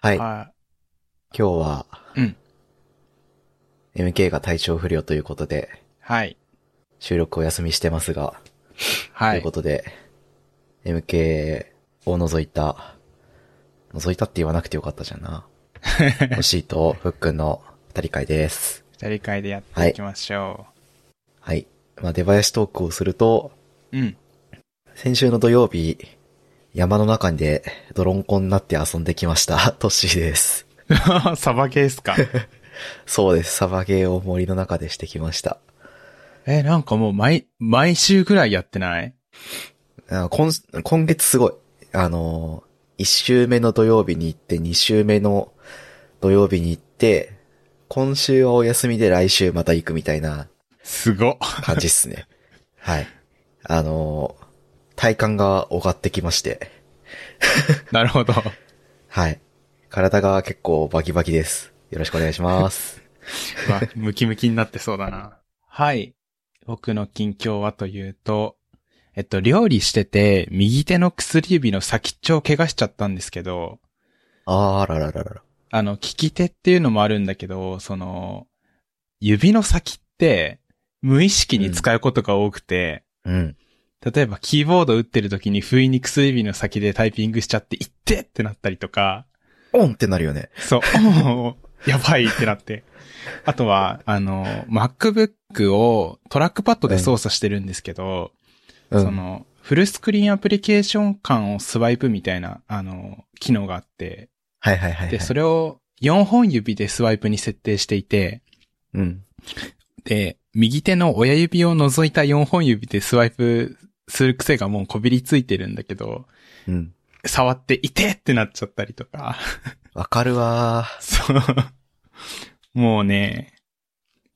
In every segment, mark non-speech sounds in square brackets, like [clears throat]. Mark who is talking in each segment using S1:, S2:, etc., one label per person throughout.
S1: はい。今
S2: は
S1: 日は、
S2: うん。
S1: MK が体調不良ということで、
S2: い。はい。
S1: 収録お休みしてますが、
S2: は
S1: という
S2: い
S1: こ。とで、MK を除いた、除いたって言わなくてよかったじゃんな。欲しいと、ふっくんの二人会です。
S2: [laughs] 二人会でやっていきましょ
S1: はい。まあ、出囃子トークをすると、
S2: う。うん。
S1: 先週の土曜日、山の中で泥んこになって遊んできました。 [laughs] トッシーです。
S2: [laughs] サバゲーっすか
S1: そうです。サバゲーを森の中でしてきました。
S2: え、なんかもう毎、毎週ぐらいやってない
S1: あ今、今月すごい。あのー、1週目の土曜日に行って、2週目の土曜日に行って、今週はお休みで来週また行くみたいな
S2: すごっ。 [laughs]
S1: 感じっすね。 [laughs] はい。あのー、体感が上がってきまして、
S2: なるほど。
S1: はい。体が結構バキバキです。よろしくお願いします。 [laughs]
S2: うわムキムキになってそうだな。はい。僕の近況はというと、えっと、料理してて、右手の薬指の先っちょを怪我しちゃったんですけど、
S1: あーららららら。
S2: あの、利き手っていうのもあるんだけど、その、指の先って、無意識に使うことが多くて、
S1: うん。
S2: 例えばキーボード打ってる時に不意に薬指の先でタイピングしちゃって、いってってなったりとか、
S1: オンってなるよね。
S2: そう、 [laughs] おーやばいってなって。あとは、あの、MacBook をトラックパッドで操作してるんですけど、
S1: うん。
S2: その、フルスクリーンアプリケーション間をスワイプみたいな、あの、機能があって、
S1: はいはいはい、はい。
S2: で、それを4本指でスワイプに設定していて、
S1: うん。
S2: で、右手の親指を除いた4本指でスワイプする癖がもうこびりついてるんだけど、
S1: うん。
S2: 触っていてってなっちゃったりとか。 [laughs]
S1: わかるわー。
S2: そう。もうね、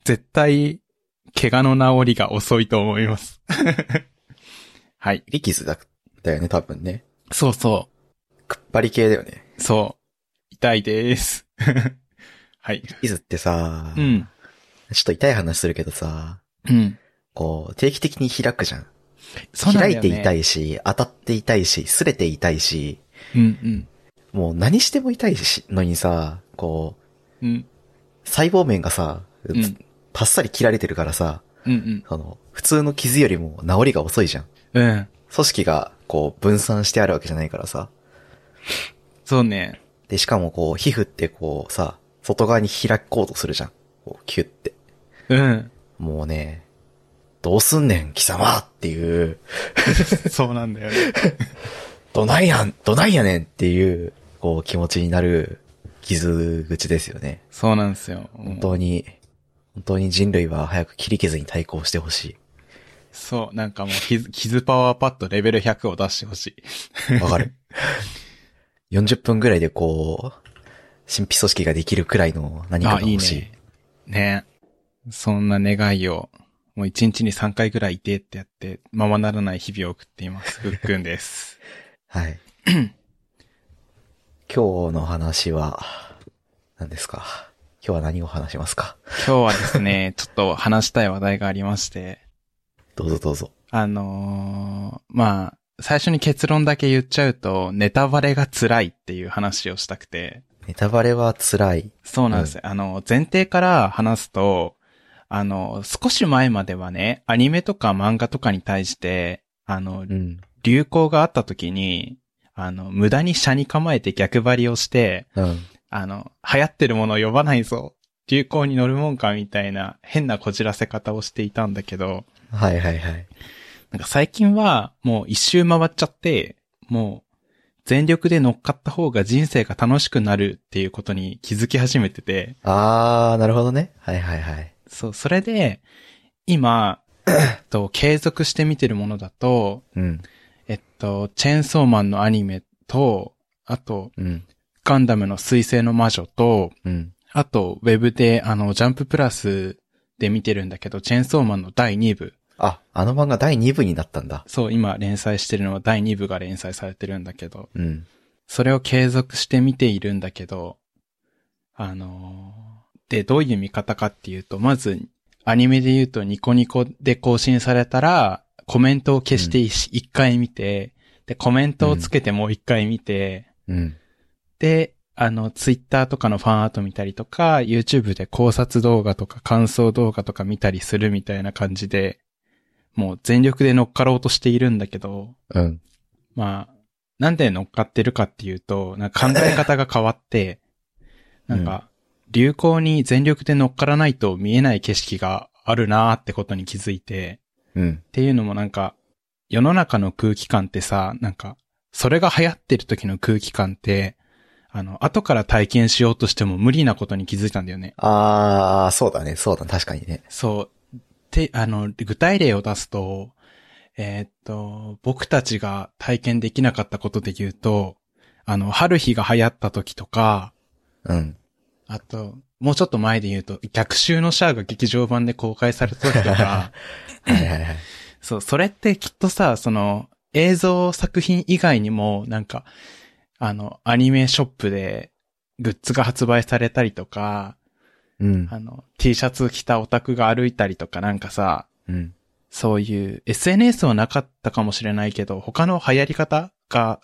S2: 絶対、怪我の治りが遅いと思います。 [laughs] はい。
S1: リキズだったよね、多分ね。
S2: そうそ
S1: くっぱり系だよね。
S2: う。そう。痛いです。 [laughs] はい。
S1: リズってさ、
S2: うん。
S1: ちょっと痛い話するけどさ、
S2: うん。
S1: こう、定期的に開くじゃん。
S2: そうなんだ
S1: 開
S2: よ
S1: い
S2: ね
S1: て痛。いし、当たって痛いし、擦れて痛いし、
S2: うん
S1: もう何しても痛いし、のにさ、こう、
S2: うん。うん。
S1: 細胞面がさ、
S2: うん。
S1: パッサリ切られてるからさ、
S2: うん
S1: その、普通の傷よりも治りが遅いじゃん。
S2: うん。うん。
S1: 組織が、こう、分散してあるわけじゃないからさ。
S2: そうね。
S1: で、しかもこう、皮膚ってこうさ、外側に開こうとするじゃん。こう、キュって。
S2: うん。
S1: もうね、どうすんねん、貴様っていう、
S2: そうなんだよね。
S1: どないやん、どないやねんっていう、こう、気持ちになる傷口ですよね。
S2: そうなんですよ。
S1: 本当に、本当に人類は早く切り傷に対抗してほし
S2: そう、なんかもう傷、傷パワーパッドレベル100を出してほしい。
S1: [laughs] い。わかる。40分ぐらいでこう、神秘組織ができるくらいの何か
S2: あ、
S1: が
S2: いい
S1: 欲しい。
S2: ね。ねそんな願いを、もう1日に3回ぐらいいてってやって、ままならない日々を送ってい
S1: [laughs]
S2: ます。ふっくんです。
S1: はい。 [clears throat] 今日の話は、何ですか今日は何を話しますか
S2: 今日はですね、ちょっと話したい話題がありまして、
S1: どうぞどうぞ。
S2: あのーまあ、最初に結論だけ言っちゃうと、ネタバレが辛いっていう話をしたくて、
S1: ネタバレは辛い。
S2: そうなんですよ。あの、前提から話すと、あの、少し前まではね、アニメとか漫画とかに対して、あの
S1: う、ん。
S2: 流行があった時に、あの、無駄に車に構えて逆張りをして、
S1: うん。
S2: あの、流行ってるものを呼ばないぞ。流行に乗るもんかみたいな変なこじらせ方をしていたんだけど、
S1: はいはいはい。
S2: なんか最近はもう一周回っちゃって、もう全力で乗っかった方が人生が楽しくなるっていうことに気づき始めてて、
S1: あー、なるほどね。はいはいはい。
S2: そう、それで、今、えっと、継続して見てるものだと、
S1: うん。
S2: えっと、チェーンソーマンのアニメと、あと、
S1: うん。
S2: ガンダムの水星の魔女と、
S1: うん。
S2: あと、ウェブで、あの、ジャンププラスで見てるんだけど、チェーンソーマンの第2部。
S1: あ、あの漫画第2部になったんだ。
S2: そう、今連載してるのは第2部が連載されてるんだけど、
S1: うん。
S2: それを継続して見ているんだけど、あのーで、どういう見方かっていうと、まず、アニメで言うとニコニコで更新されたら、コメントを消して一一回見て、で、コメントをつけてもう一回見て、
S1: うん。
S2: で、あの、ツイッターとかのファンアート見たりとか、YouTube で考察動画とか感想動画とか見たりするみたいな感じで、もう全力で乗っかろうとしているんだけど、
S1: うん。
S2: まあ、なんで乗っかってるかっていうと、なんか考え方が変わって、なんか、流行に全力で乗っからないと見えない景色があるなーってことに気づいて、
S1: うん
S2: っ。ていうのもなんか、世の中の空気感ってさ、なんか、それが流行ってる時の空気感って、あの、後から体験しようとしても無理なことに気づいたんだよね。
S1: あー、そうだね、そうだ、確かにね。
S2: そう。て、あの、具体例を出すと、えーっと、僕たちが体験できなかったことで言うと、あの、春日が流行った時とか、
S1: うん。
S2: あと、もうちょっと前で言うと、逆襲のシャアが劇場版で公開された時とか、
S1: はいはいはい。
S2: そう、それってきっとさ、その、映像作品以外にも、なんか、あの、アニメショップでグッズが発売されたりとか、
S1: うん。
S2: あの、T シャツ着たオタクが歩いたりとかなんかさ、
S1: うん。
S2: そういう SNS はなかったかもしれないけど、他の流行り方が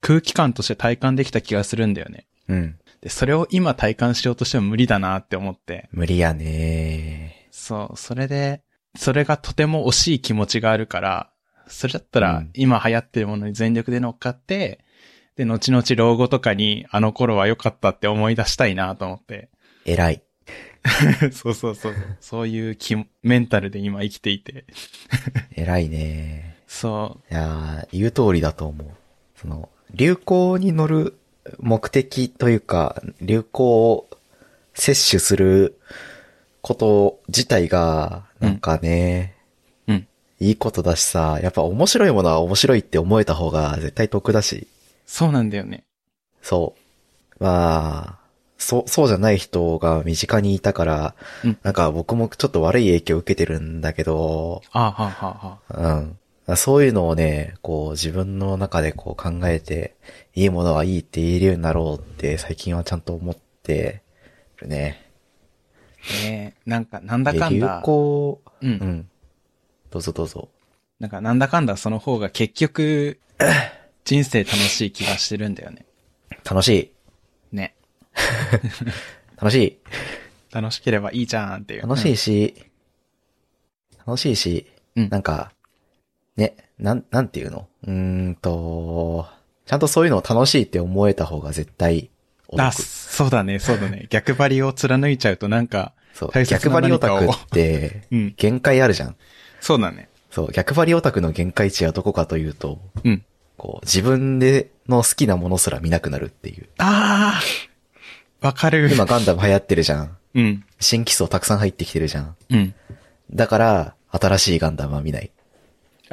S2: 空気感として体感できた気がするんだよね。
S1: うん。
S2: で、それを今体感しようとしても無理だなって思って。
S1: 無理やね
S2: そう、それで、それがとても惜しい気持ちがあるから、それだった
S1: う
S2: ら
S1: ん
S2: 今流行ってるものに全力で乗っかって、で、後々老後とかにあの頃は良かったって思い出したいなと思
S1: [laughs]
S2: って。
S1: 偉い。
S2: そうそうそう。そういう気、メンタルで今生きていて。
S1: 偉いね
S2: そう、
S1: いやー言う通りだと思う。その、流行に乗る目的というか、流行を摂取すること自体が、なんかね、
S2: うんうん
S1: いいことだしさ、やっぱ面白いものは面白いって思えた方が絶対得だし、
S2: そうなんだよね。
S1: そう。まあ、そう、そうじゃない人が身近にいたから、
S2: うん
S1: なんか僕もちょっと悪い影響を受けてるんだけど、
S2: あはあはあはあ。
S1: うん。そういうのをね、こう自分の中でこう考えて、いいものはいいって言えるようになろうって最近はちゃんと思ってるね。
S2: ねえ、なんかなんだ
S1: で
S2: かん
S1: 流
S2: だ、
S1: 行、
S2: う。
S1: うんん。どうぞどうぞ。
S2: なんかなんだかんだその方が結局、 [clears throat] 人生楽しい気がしてるんだよね。
S1: 楽しい。
S2: ね。
S1: 楽しい。
S2: 楽しければいいじゃんっていう。
S1: 楽しいし、楽しいし、
S2: うん
S1: なんか、ね、なん、なんていうのうーんと、ちゃんとそういうのを楽しいって思えた方が絶対お
S2: うん。あ、
S1: 得、
S2: そうだね、そうだね。逆張りを貫いちゃうとなんか、
S1: そう、
S2: 大切
S1: 逆張
S2: な
S1: りオ
S2: 何か
S1: タ
S2: を
S1: クって、
S2: うん。
S1: 限界あるじゃん。
S2: そうだね。
S1: そう、逆張りオタクの限界値はどこかというと、
S2: うん。
S1: こう、自分での好きなものすら見なくなるっていう。
S2: ああわかる。
S1: 今ガンダム流行ってるじゃん。
S2: うん。
S1: 新機装たくさん入ってきてるじゃん。
S2: うん。
S1: だから、新しいガンダムは見ない。で、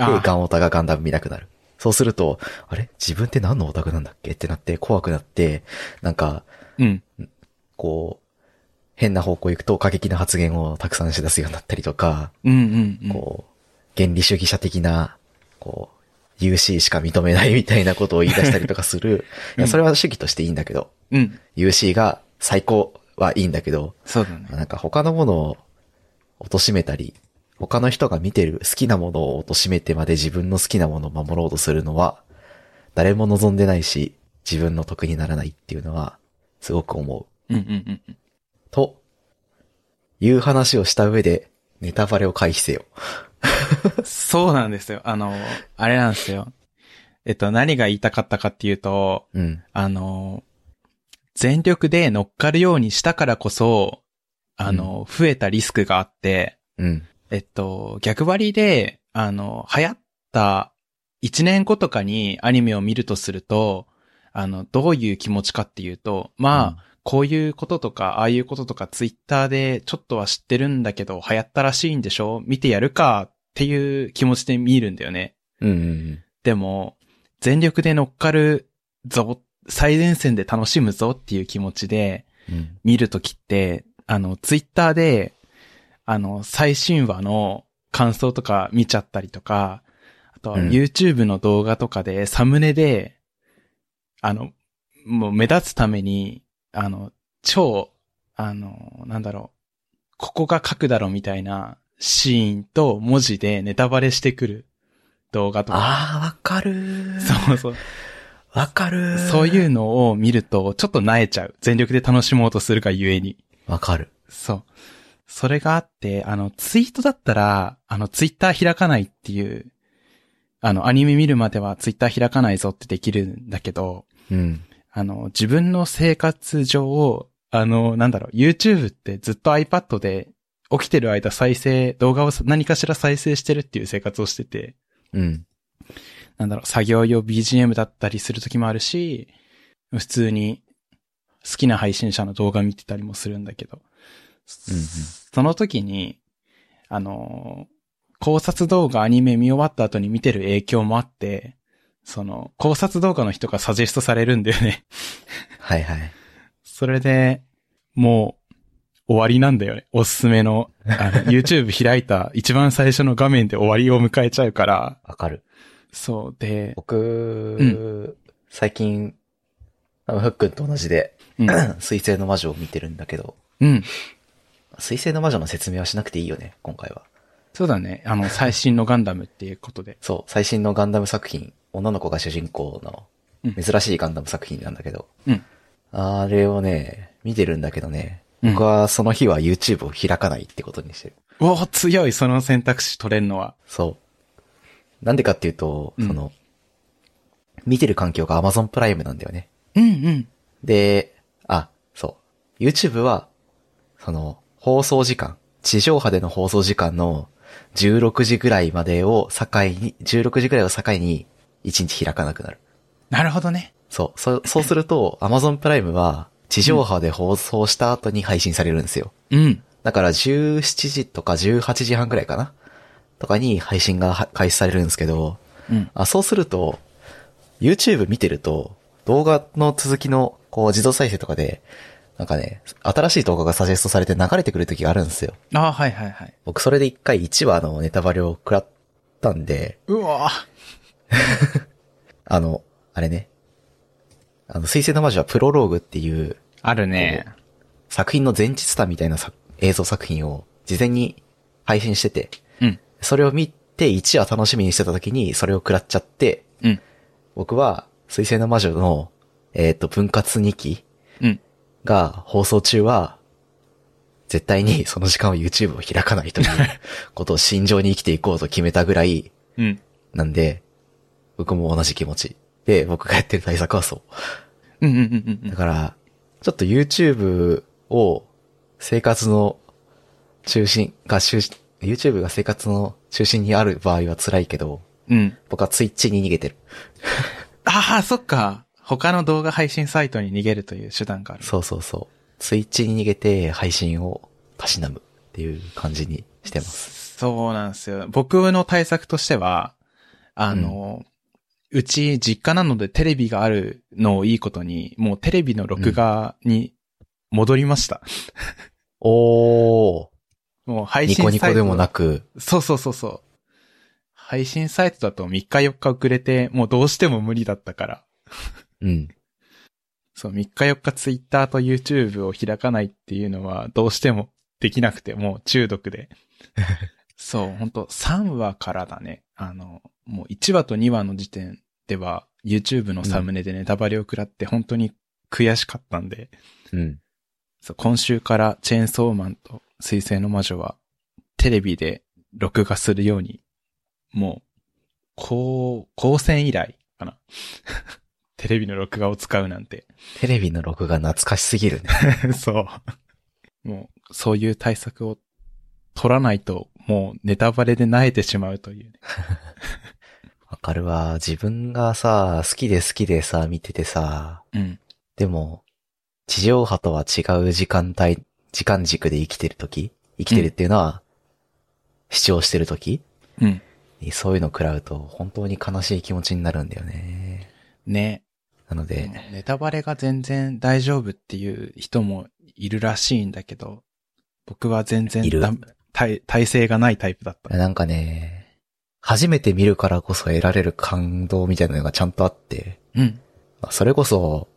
S2: あ
S1: ガンオタがガンダム見なくなる。そうすると、あれ自分って何のオタクなんだっけってなって怖くなって、なんか、
S2: うん。
S1: こう、変な方向行くと過激な発言をたくさんし出すようになったりとか、
S2: うんうんうん。
S1: こう、原理主義者的な、こう、UC しか認めないみたいなことを言い出したりとかす
S2: [laughs]
S1: る。いや、それは主義としていいんだけど、
S2: うん。
S1: UC が最高はいいんだけど、
S2: そうだね。
S1: なんか他のものを貶めたり、他の人が見てる好きなものを貶めてまで自分の好きなものを守ろうとするのは、誰も望んでないし、自分の得にならないっていうのは、すごく思う。
S2: うんうんうんうん。
S1: と、いう話をした上で、ネタバレを回避せよ。
S2: そうなんですよ。あの、あれなんですよ。えっと、何が言いたかったかっていうと、
S1: うん。
S2: あの、全力で乗っかるようにしたからこそ、あの、増えたリスクがあって、
S1: うん。
S2: えっと、逆張りで、あの、流行った1年後とかにアニメを見るとすると、あの、どういう気持ちかっていうと、まあ、こういうこととか、ああいうこととか、ツイッターでちょっとは知ってるんだけど、流行ったらしいんでしょ見てやるかっていう気持ちで見るんだよね。
S1: うん。うん。
S2: でも、全力で乗っかるぞ、最前線で楽しむぞっていう気持ちで
S1: うん。
S2: 見るときって、あの、ツイッターで、あの、最新話の感想とか見ちゃったりとか、あとは
S1: うん
S2: YouTube の動画とかでサムネで、あの、もう目立つために、あの、超、あの、なんだろう、ここが書くだろみたいなシーンと文字でネタバレしてくる動画とか
S1: あー、わかるー
S2: そうそう。
S1: わかる
S2: そういうのを見ると、ちょっと萎えちゃう。全力で楽しもうとするがゆえに。
S1: わかる。
S2: そう。それがあって、あの、ツイートだったら、あの、ツイッター開かないっていう、あの、アニメ見るまではツイッター開かないぞってできるんだけど、
S1: うん。
S2: あの、自分の生活上、あの、なんだろう、YouTube ってずっと iPad で起きてる間再生、動画を何かしら再生してるっていう生活をしてて、
S1: うん。
S2: なんだろう、作業用 BGM だったりする時もあるし、普通に好きな配信者の動画見てたりもするんだけど、
S1: うんうん
S2: その時に、あのー考察動画アニメ見終わった後に見てる影響もあって、その、考察動画の人がサジェストされるんだよね。 [laughs]
S1: はいはい。
S2: それで、もう、終わりなんだよね。おすすめの、
S1: [laughs]
S2: あの、YouTube 開いた一番最初の画面で終わりを迎えちゃうから、
S1: わかる。
S2: そうで、
S1: 僕、
S2: ん
S1: 最近、あのふっくんと同じで、 [coughs] [laughs]
S2: うん。
S1: 水星の魔女を見てるんだけど、
S2: うん。
S1: 水星の魔女の説明はしなくていいよね、今回は。
S2: そうだね。あ [laughs] の、最新のガンダムっていうことで。
S1: そう、最新のガンダム作品、女の子が主人公の
S2: うん、
S1: 珍しいガンダム作品なんだけど、
S2: うん
S1: あれをね、見てるんだけどね、
S2: うん
S1: 僕はその日は YouTube を開かないってことにしてる。
S2: うお強い、その選択肢取れるのは。
S1: そう。なんでかっていうと、
S2: うん
S1: その、見てる環境が Amazon プライムなんだよね。
S2: うんうん。
S1: で、あ、そう。YouTube は、その、放送時間、地上波での放送時間の16時ぐらいまでを境に、16時ぐらいを境に1日開かなくなる。
S2: なるほどね。
S1: そう、
S2: [laughs]
S1: そそうすると Amazon プライムは地上波で放送した後に配信されるんですよ。
S2: うん。
S1: だから17時とか18時半ぐらいかなとかに配信がは開始されるんですけど、
S2: うん。
S1: あ、そうすると、YouTube 見てると、動画の続きの、こう、自動再生とかで、なんかね、新しい動画がサジェストされて流れてくる時があるんですよ。
S2: ああ、はいはいはい。
S1: 僕、それで一回1話のネタバレを食らったんで、
S2: うわ
S1: あの、あれね、あの、水星の魔女はプロローグっていう、
S2: あるね。
S1: 作品の前日談みたいなさ映像作品を事前に配信してて、
S2: うん。
S1: それを見て1話楽しみにしてた時にそれを食らっちゃって、
S2: うん。
S1: 僕は、水星の魔女の、えっ、と、分割2期
S2: うん。
S1: が放送中は、絶対にその時間を YouTube を開かないということを心情に生きていこうと決めたぐらい
S2: うん。
S1: なんで、 [laughs] 僕も同じ気持ち。で、僕がやってる対策はそ
S2: うんうんうん
S1: う。
S2: う
S1: だ
S2: ん。
S1: から、ちょっと YouTube を生活の中心が中心、YouTube が生活の中心にある場合は辛いけど、
S2: うん。
S1: 僕は Twitch に逃げてる。
S2: ああ、そっか。他の動画配信サイトに逃げるという手段がある。
S1: そうそうそう。ツイッチに逃げて配信をたしなむっていう感じにしてます。
S2: そうなんですよ。僕の対策としては、あの、うち実家なのでテレビがあるのをいいことに、もうテレビの録画に戻りました。
S1: おー。
S2: もう配
S1: ニ
S2: 信サ
S1: コ
S2: イト。
S1: ニコでもなく、
S2: そうそうそうそう。配信サイトだと3日4日遅れて、もうどうしても無理だったから。
S1: うん。
S2: そう、3日4日ツイッターと YouTube を開かないっていうのはどうしてもできなくて、もう中毒で。そう、ほんと3話からだね。あの、もう1話と2話の時点では YouTube のサムネでネタバレを食らって本当に悔しかったんで、
S1: うん。
S2: そう今週からチェーンソーマンと水星の魔女はテレビで録画するように、もう、高、高専以来かな。 [laughs] テレビの録画を使うなんて。
S1: テレビの録画懐かしすぎる
S2: [laughs]
S1: ね。
S2: そう。もう、そういう対策を取らないと、もうネタバレで慣れてしまうという、ね。
S1: わかるわ。自分がさ、好きで好きでさ、見ててさ、
S2: うん。
S1: でも、地上波とは違う時間帯、時間軸で生きてるとき生きてるっていうのは、視聴してるとき
S2: うん。
S1: そういうの食らうと、本当に悲しい気持ちになるんだよね。
S2: ね。
S1: なので、
S2: ネタバレが全然大丈夫っていう人もいるらしいんだけど、僕は全然
S1: いる
S2: だ耐耐性がないタイプだった。
S1: なんかね、初めて見るからこそ得られる感動みたいなのがちゃんとあって、
S2: うん。
S1: まあそれこそ、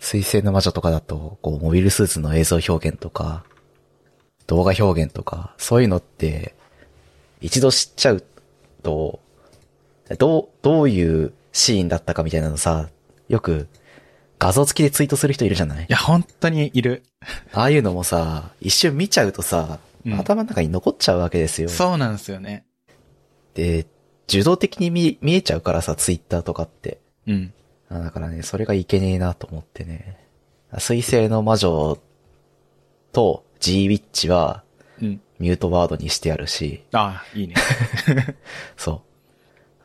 S1: 水星の魔女とかだと、こう、モビルスーツの映像表現とか、動画表現とか、そういうのって、一度知っちゃうと、どう、どういうシーンだったかみたいなのさ、よく画像付きでツイートする人いるじゃない
S2: いや、本当にいる。
S1: ああいうのもさ、一瞬見ちゃうとさ、
S2: うん
S1: 頭の中に残っちゃうわけですよ。
S2: そうなんですよね。
S1: で、受動的に見見えちゃうからさ、ツイッターとかって。
S2: うん。
S1: あだからね、それがいけねえなと思ってね。水星の魔女と G ウィッチは
S2: うん。
S1: ミュートワードにしてあるし、
S2: ああ、いいね。 [laughs]
S1: そ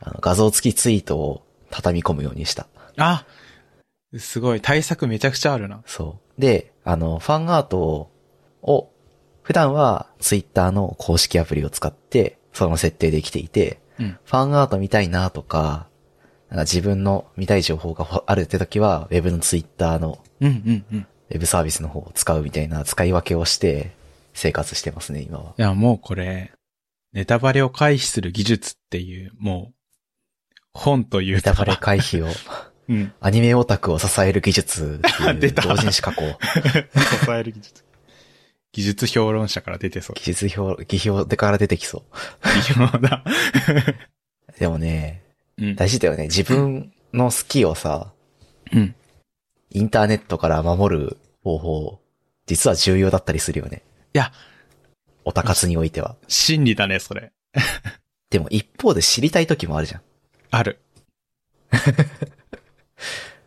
S1: う。あの画像付きツイートを畳み込むようにした。
S2: あすごい。対策めちゃくちゃあるな。
S1: そう。で、あの、ファンアートを、を普段はツイッターの公式アプリを使って、その設定できていて、
S2: うん。
S1: ファンアート見たいなとか、なんか自分の見たい情報がほあるって時は、ウェブのツイッターの
S2: うんうんうん。い
S1: ウェブサービスの方を使うみたいな使い分けをして生活してますね、今は。
S2: や、もうこれ、ネタバレを回避する技術っていう、もう、本という
S1: ネタバレ
S2: か。
S1: 回避を、
S2: うん。
S1: アニメオタクを支える技術ってい
S2: [laughs] 出
S1: う
S2: た
S1: 同人誌加工。
S2: 支える技術。技術評論者から出てそう。
S1: 技術表、技表でから出てきそ
S2: 技評だ。
S1: う。でもね、
S2: うん。
S1: 大事だよね。自分の好きをさ、
S2: うん。
S1: インターネットから守る方法、実は重要だったりするよね。
S2: いや。
S1: オタ活においては。
S2: 真理だね、それ。
S1: でも一方で知りたい時もあるじゃん。[laughs]
S2: ある。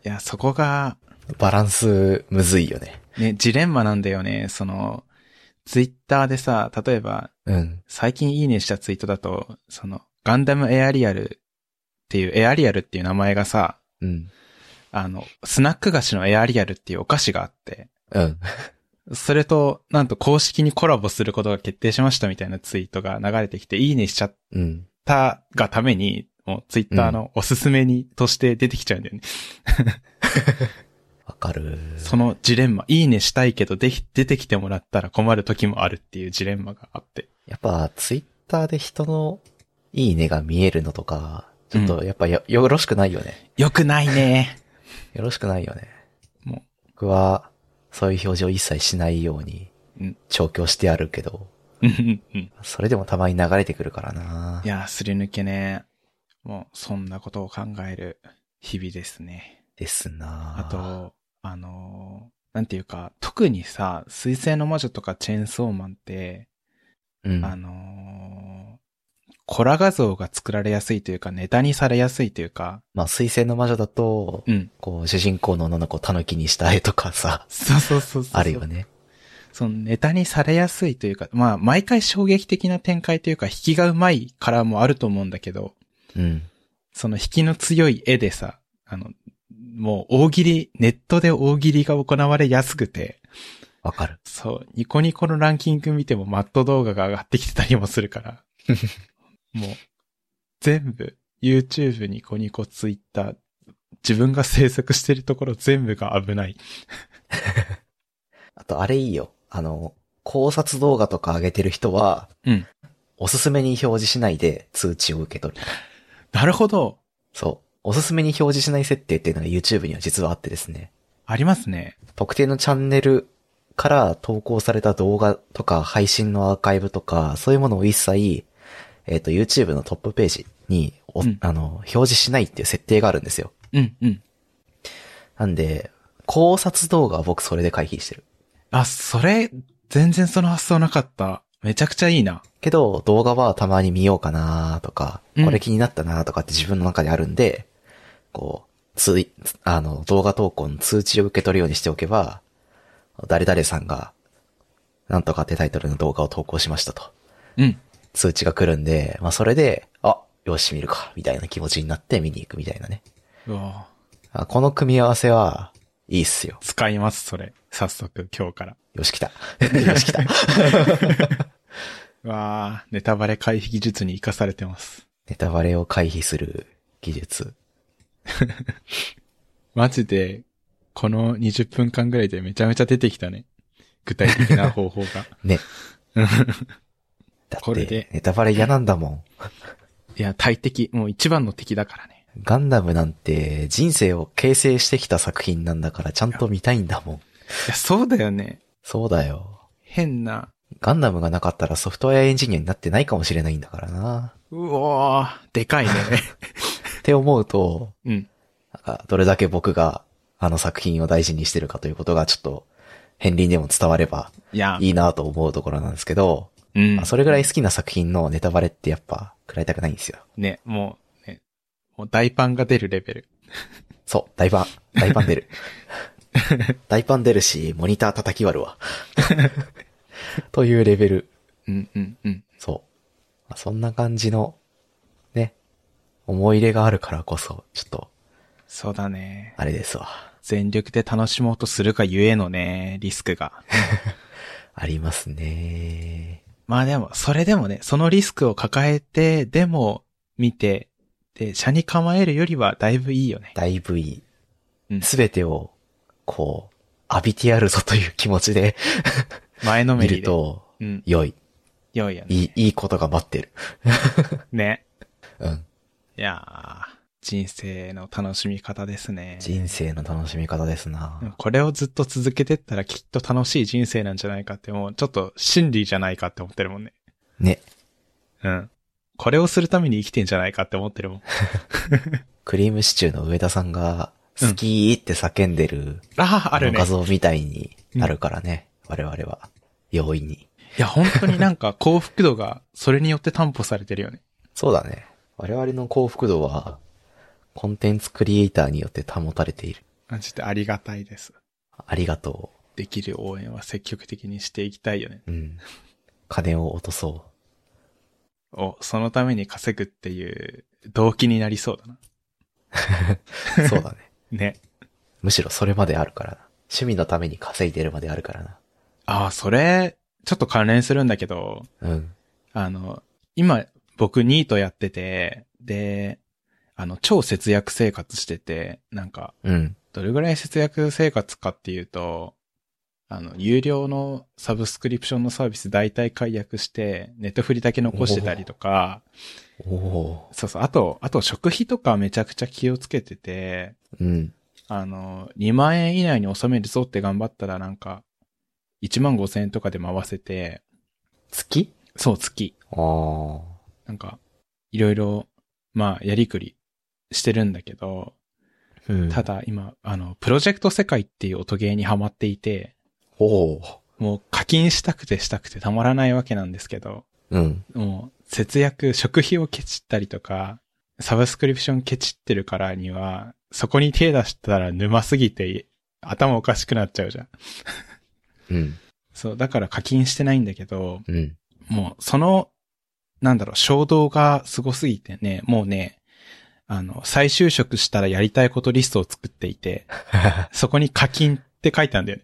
S2: いや、そこが、
S1: バランスむずいよね。
S2: ね、ジレンマなんだよね。その、ツイッターでさ、例えば、
S1: うん。
S2: 最近いいねしたツイートだと、その、ガンダムエアリアルっていう、エアリアルっていう名前がさ、
S1: うん。
S2: あの、スナック菓子のエアリアルっていうお菓子があって、
S1: うん。
S2: それと、なんと公式にコラボすることが決定しましたみたいなツイートが流れてきて、いいねしちゃっ
S1: うん。
S2: たがために、もうツイッターのおすすめに、として出てきちゃうんだよね。
S1: わかる。
S2: そのジレンマ、いいねしたいけど、でき、出てきてもらったら困る時もあるっていうジレンマがあって。
S1: やっぱ、ツイッターで人のいいねが見えるのとか、ちょっとやっぱよ、よろしくないよね。
S2: よくないね。
S1: よろしくないよね。
S2: もう
S1: 僕は、そういう表示を一切しないように
S2: うん、
S1: 調教してあるけど、
S2: うんうんうん。。
S1: それでもたまに流れてくるからない
S2: やー、すり抜けね。もう、そんなことを考える日々ですね。
S1: ですな
S2: あ、と、あのーなんていうか、特にさ、水星の魔女とかチェーンソーマンって、
S1: うん。
S2: あのーコラ画像が作られやすいというか、ネタにされやすいというか、
S1: まあ、水星の魔女だと、
S2: うん。
S1: こう、主人公の女の子を狸にした絵とかさ、
S2: そうそうそうそう。
S1: あるよね。
S2: そのネタにされやすいというか、まあ、毎回衝撃的な展開というか、引きがうまいからもあると思うんだけど、
S1: うん。
S2: その引きの強い絵でさ、あの、もう大喜利、ネットで大喜利が行われやすくて、
S1: わかる。
S2: そう、ニコニコのランキング見てもマット動画が上がってきてたりもする [laughs] から、もう、全部、YouTube、ニコニコ、Twitter、自分が制作してるところ全部が危ない。
S1: あと、あれいいよ。あの、考察動画とか上げてる人は、
S2: うん。
S1: おすすめに表示しないで通知を受け取る。
S2: なるほど
S1: そう。おすすめに表示しない設定っていうのが YouTube には実はあってですね。
S2: ありますね。
S1: 特定のチャンネルから投稿された動画とか配信のアーカイブとか、そういうものを一切、えっ、と、YouTube のトップページにお、
S2: うん
S1: あの、表示しないっていう設定があるんですよ。
S2: うん、うん。
S1: なんで、考察動画は僕それで回避してる。
S2: あ、それ、全然その発想なかった。めちゃくちゃいいな。
S1: けど、動画はたまに見ようかなとか、
S2: うん
S1: これ気になったなとかって自分の中であるんで、こう、つい、あの、動画投稿の通知を受け取るようにしておけば、誰々さんが、なんとかってタイトルの動画を投稿しましたと。
S2: うん。
S1: 通知が来るんで、まあそれで、あ、よし見るか、みたいな気持ちになって見に行くみたいなね。
S2: うわ
S1: あこの組み合わせは、いいっすよ。
S2: 使います、それ。早速、今日から。
S1: よし来た。
S2: [laughs]
S1: よし来た。
S2: うわあ、ネタバレ回避技術に活かされてます。
S1: ネタバレを回避する技術。
S2: マジで、この20分間ぐらいでめちゃめちゃ出てきたね。具体的な方法が。
S1: [laughs] ね。
S2: うん
S1: だっ
S2: これで
S1: て、ネタバレ嫌なんだもん。
S2: [laughs] いや、大敵。もう一番の敵だからね。
S1: ガンダムなんて人生を形成してきた作品なんだからちゃんと見たいんだもん。
S2: いや、そうだよね。
S1: そうだよ。
S2: 変な。
S1: ガンダムがなかったらソフトウェアエンジニアになってないかもしれないんだからな。 [laughs]
S2: うおー、でかいね。
S1: って思うと、
S2: うん。
S1: か、どれだけ僕があの作品を大事にしてるかということがちょっと、片鱗でも伝われば
S2: いや、
S1: いいなと思うところなんですけど、
S2: うん
S1: まあ。それぐらい好きな作品のネタバレってやっぱ食らいたくないんですよ。
S2: ね、もう、ね、もう大パンが出るレベル。
S1: そう、大パン、大パン出
S2: [laughs]
S1: る。大パン出るし、モニター叩き割るわ。というレベル。
S2: うんうんうん。
S1: そう。まあそんな感じの、ね、思い入れがあるからこそ、ちょっと、
S2: そうだね。
S1: あれですわ。
S2: 全力で楽しもうとするがゆえのね、リスクが。
S1: ありますね。
S2: まあでも、それでもね、そのリスクを抱えて、でも、見て、で、車に構えるよりはだいぶいいよね。
S1: だいぶいい
S2: うん。
S1: すべてを、こう、浴びてやるぞという気持ちで
S2: 前のめ
S1: 見
S2: りで。
S1: る。と、
S2: うん。
S1: 良い。
S2: 良いよね。
S1: いい、いいことが待ってる。
S2: ね。
S1: うん。
S2: いやー、人生の楽しみ方ですね。
S1: 人生の楽しみ方ですな。
S2: これをずっと続けてったらきっと楽しい人生なんじゃないかって、もうちょっと真理じゃないかって思ってるもんね。
S1: ね。
S2: うん。これをするために生きてんじゃないかって思ってるもん。
S1: クリームシチューの上田さんが、好きって叫んでる、
S2: あ
S1: [laughs]
S2: あ、ある
S1: の
S2: ね
S1: 画。像みたいになるからね。我々は。容易に。
S2: いや、本当になんか幸福度がそれによって担保されてるよね。
S1: そうだね。我々の幸福度は、コンテンツクリエイターによって保たれている。
S2: マジでありがたいです。
S1: ありがと
S2: できる応援は積極的にしていきたいよね。
S1: う。うん。金を落とそう。
S2: を、そのために稼ぐっていう動機になりそうだな。
S1: そうだね。
S2: ね。
S1: むしろそれまであるからな。趣味のために稼いでるまであるからな。
S2: ああ、それ、ちょっと関連するんだけど、
S1: うん。
S2: あの、今、僕ニートやってて、で、あの、超節約生活してて、なんか、
S1: うん。
S2: どれぐらい節約生活かっていうと、あの、有料のサブスクリプションのサービス大体解約して、ネットフリだけ残してたりとか、
S1: おお
S2: そうそう、あと、あと食費とかめちゃくちゃ気をつけてて、
S1: ー。うん。
S2: あの、2万円以内に収めるぞって頑張ったらなんか、1万5千円とかで回せて、
S1: 月
S2: そう、月。
S1: ああ。
S2: なんか、いろいろ、まあ、やりくりしてるんだけど、
S1: うん。
S2: た。だ今、あの、プロジェクト世界っていう音ゲーにハマっていて、
S1: おおー。
S2: もう課金したくてしたくてたまらないわけなんですけど、
S1: うん。
S2: もう節約、食費をケチったりとか、サブスクリプションケチってるからには、そこに手出したら沼すぎて頭おかしくなっちゃうじゃん。
S1: うん。
S2: そう、だから課金してないんだけど、
S1: うん。 [laughs]
S2: もうその、なんだろう、衝動がすごすぎてね、もうね、あの、再就職したらやりたいことリストを作っていて、そこに課金って書いたんだよね。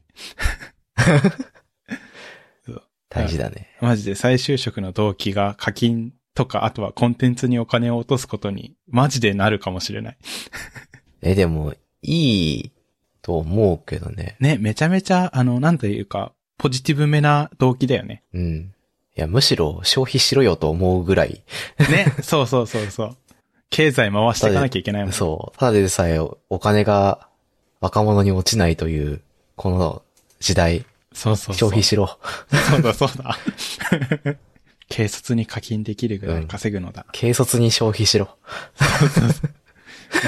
S1: 大事だね。
S2: マジで再就職の動機が課金とか、あとはコンテンツにお金を落とすことに、マジでなるかもしれない。
S1: え、でも、いいと思うけどね。
S2: ね、めちゃめちゃ、あの、なんというか、ポジティブめな動機だよね。
S1: うん。いや、むしろ消費しろよと思うぐらい。
S2: ね、そうそうそうそう。経済回していかなきゃいけないもん。
S1: そう。ただでさえお金が若者に落ちないという、この時代、
S2: そうそうそ
S1: 消
S2: う。
S1: 費しろ。
S2: そうだそうだ。軽率に課金できるぐらい稼ぐのだ。
S1: 軽率に消費しろ。
S2: も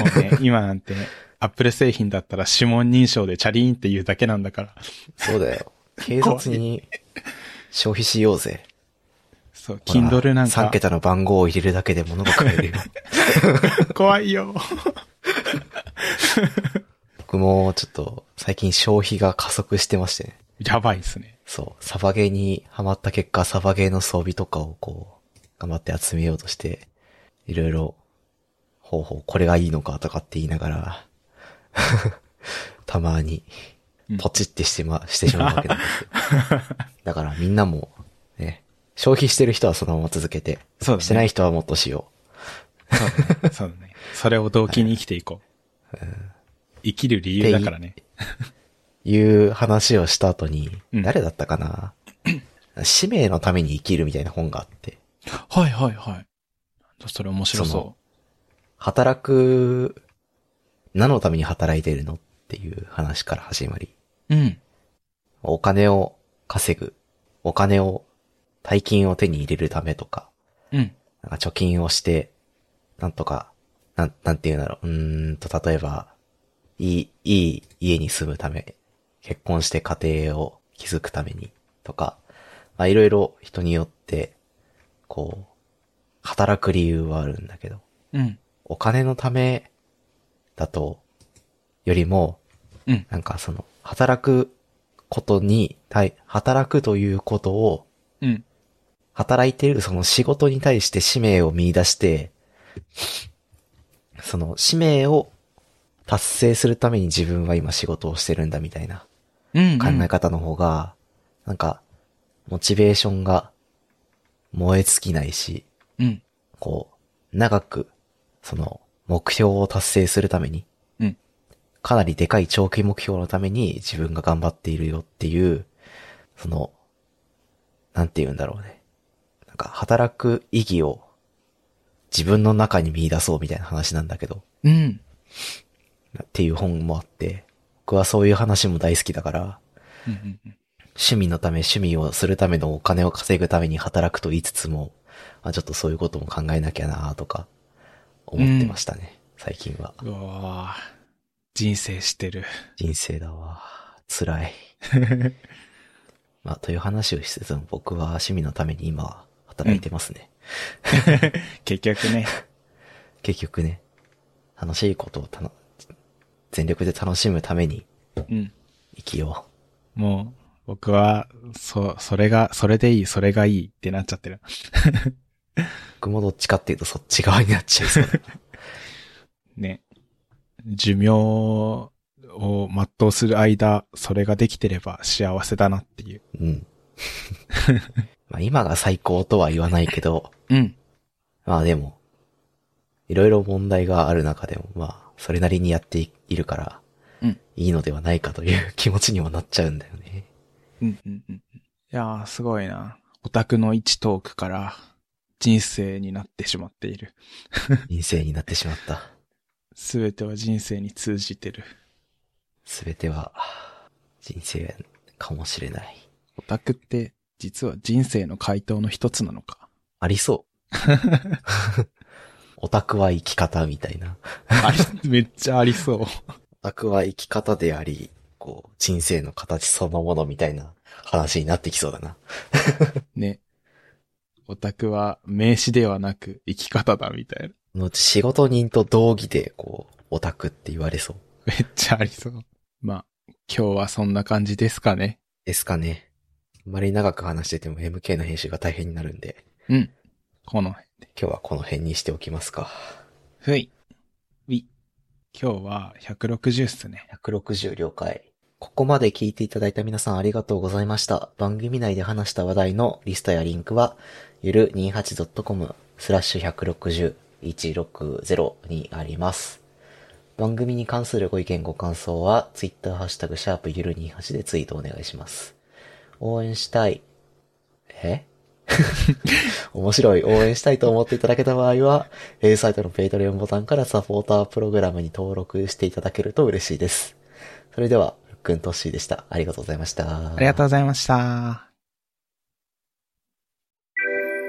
S2: [laughs] うね、今なんて、アップル製品だったら指紋認証でチャリーンって言うだけなんだから。
S1: そうだよ。警察に消費しようぜ。
S2: そう、Kindle なん
S1: 3
S2: か、
S1: 桁の番号を入れるだけで物が買えるよ。
S2: 怖いよ。
S1: 僕もちょっと最近消費が加速してましてね。
S2: やばいっすね。
S1: そう。サバゲーにハマった結果、サバゲーの装備とかをこう、頑張って集めようとして、いろいろ、方法、これがいいのかとかって言いながら、 [laughs] たまに
S2: うん、
S1: ポチってしてま、してしまうわけなんですよ。
S2: [laughs]
S1: だからみんなも、ね、消費してる人はそのまま続けて、
S2: そうだね。
S1: してない人はもっとしよ
S2: そうだね。そうだね。それを動機に生きていこう。生きる理由だからね。
S1: う。いう話をした後に、
S2: うん
S1: 誰だったかな
S2: [laughs]
S1: 使命のために生きるみたいな本があって、
S2: はいはいはい。それ面白そ
S1: 働く、何のために働いてるのっていう話から始まり、
S2: う。うん。
S1: お金を稼ぐ、お金を、大金を手に入れるためとか、
S2: うん。
S1: なんか貯金をして、なんとか、なん、なんて言うんだろう。うーんと、例えば、いい、いい家に住むため、結婚して家庭を築くために、とか、まあいろいろ人によって、こう、働く理由はあるんだけど、
S2: うん。
S1: お金のためだと、よりも、
S2: うん
S1: なんかその、働くことに対、働くということを、
S2: うん。
S1: 働いているその仕事に対して使命を見出して、その使命を達成するために自分は今仕事をしてるんだみたいな
S2: うん、うん。
S1: 考え方の方が、なんか、モチベーションが燃え尽きないし、
S2: うん。
S1: こう、長く、その、目標を達成するために、
S2: うん
S1: かなりでかい長期目標のために自分が頑張っているよっていう、その、なんて言うんだろうね。なんか、働く意義を自分の中に見出そうみたいな話なんだけど、
S2: うん。
S1: っていう本もあって、僕はそういう話も大好きだから、
S2: うんうんうん。
S1: 趣味のため趣味をするためのお金を稼ぐために働くと言いつつも、あちょっとそういうことも考えなきゃなとか、思ってましたね、最近は。
S2: うわぁ人生してる。
S1: 人生だわ。辛い。まあ、という話をしつつも僕は趣味のために今は働いてますね。
S2: 結局ね。
S1: 結局ね、楽しいことをたの全力で楽しむために
S2: [laughs] うん。
S1: 生きよ
S2: もう、僕は、そ、それが、それでいい、それがいいってなっちゃってる。
S1: う。僕もどっちかっていうとそっち側になっちゃい
S2: [laughs]
S1: そうだ。
S2: ね。寿命を全うする間、それができてれば幸せだなっていう。
S1: うん。まあ、今が最高とは言わないけど、
S2: うん。
S1: まあでも、いろいろ問題がある中でも、まあ、それなりにやっていいるから、
S2: うん
S1: いいのではないかという気持ちにもなっちゃうんだよね。
S2: うんうんうん。いやー、すごいな。オタクの一トークから人生になってしまっている。
S1: 人生になってしまった。
S2: すべては人生に通じてる。
S1: すべては、人生かもしれない。
S2: オタクって実は人生の回答の一つなのか。
S1: ありそう。オタクは生き方みたいな。
S2: [laughs] あり、めっちゃありそう。
S1: オタクは生き方であり、こう、人生の形そのものみたいな話になってきそうだな。
S2: ね。オタクは名詞ではなく生き方だみたいな。
S1: そのうち仕事人と同義で、こう、オタクって言われそう。
S2: めっちゃありそう。まあ、今日はそんな感じですかね。
S1: ですかね。あんまり長く話してても MK の編集が大変になるんで、
S2: うん。この辺で。
S1: 今日はこの辺にしておきますか。
S2: ふい。うい。今日は160っすね。
S1: 160了解。ここまで聞いていただいた皆さんありがとうございました。番組内で話した話題のリストやリンクは、ゆる 28.com スラッシュ160160にあります。番組に関するご意見ご感想は、ツイッターハッシュタグシャープゆる28でツイートお願いします。応援したい。え [laughs] 面白い。応援したいと思っていただけた場合は、A サイトのペイトレオンボタンからサポータープログラムに登録していただけると嬉しいです。それでは、ふっくんとっしーでした。ありがとうございました。
S2: ありがとうございました。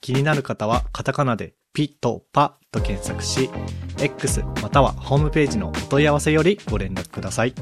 S3: 気になる方はカタカナでピトパと検索し X またはホームページのお問い合わせよりご連絡ください。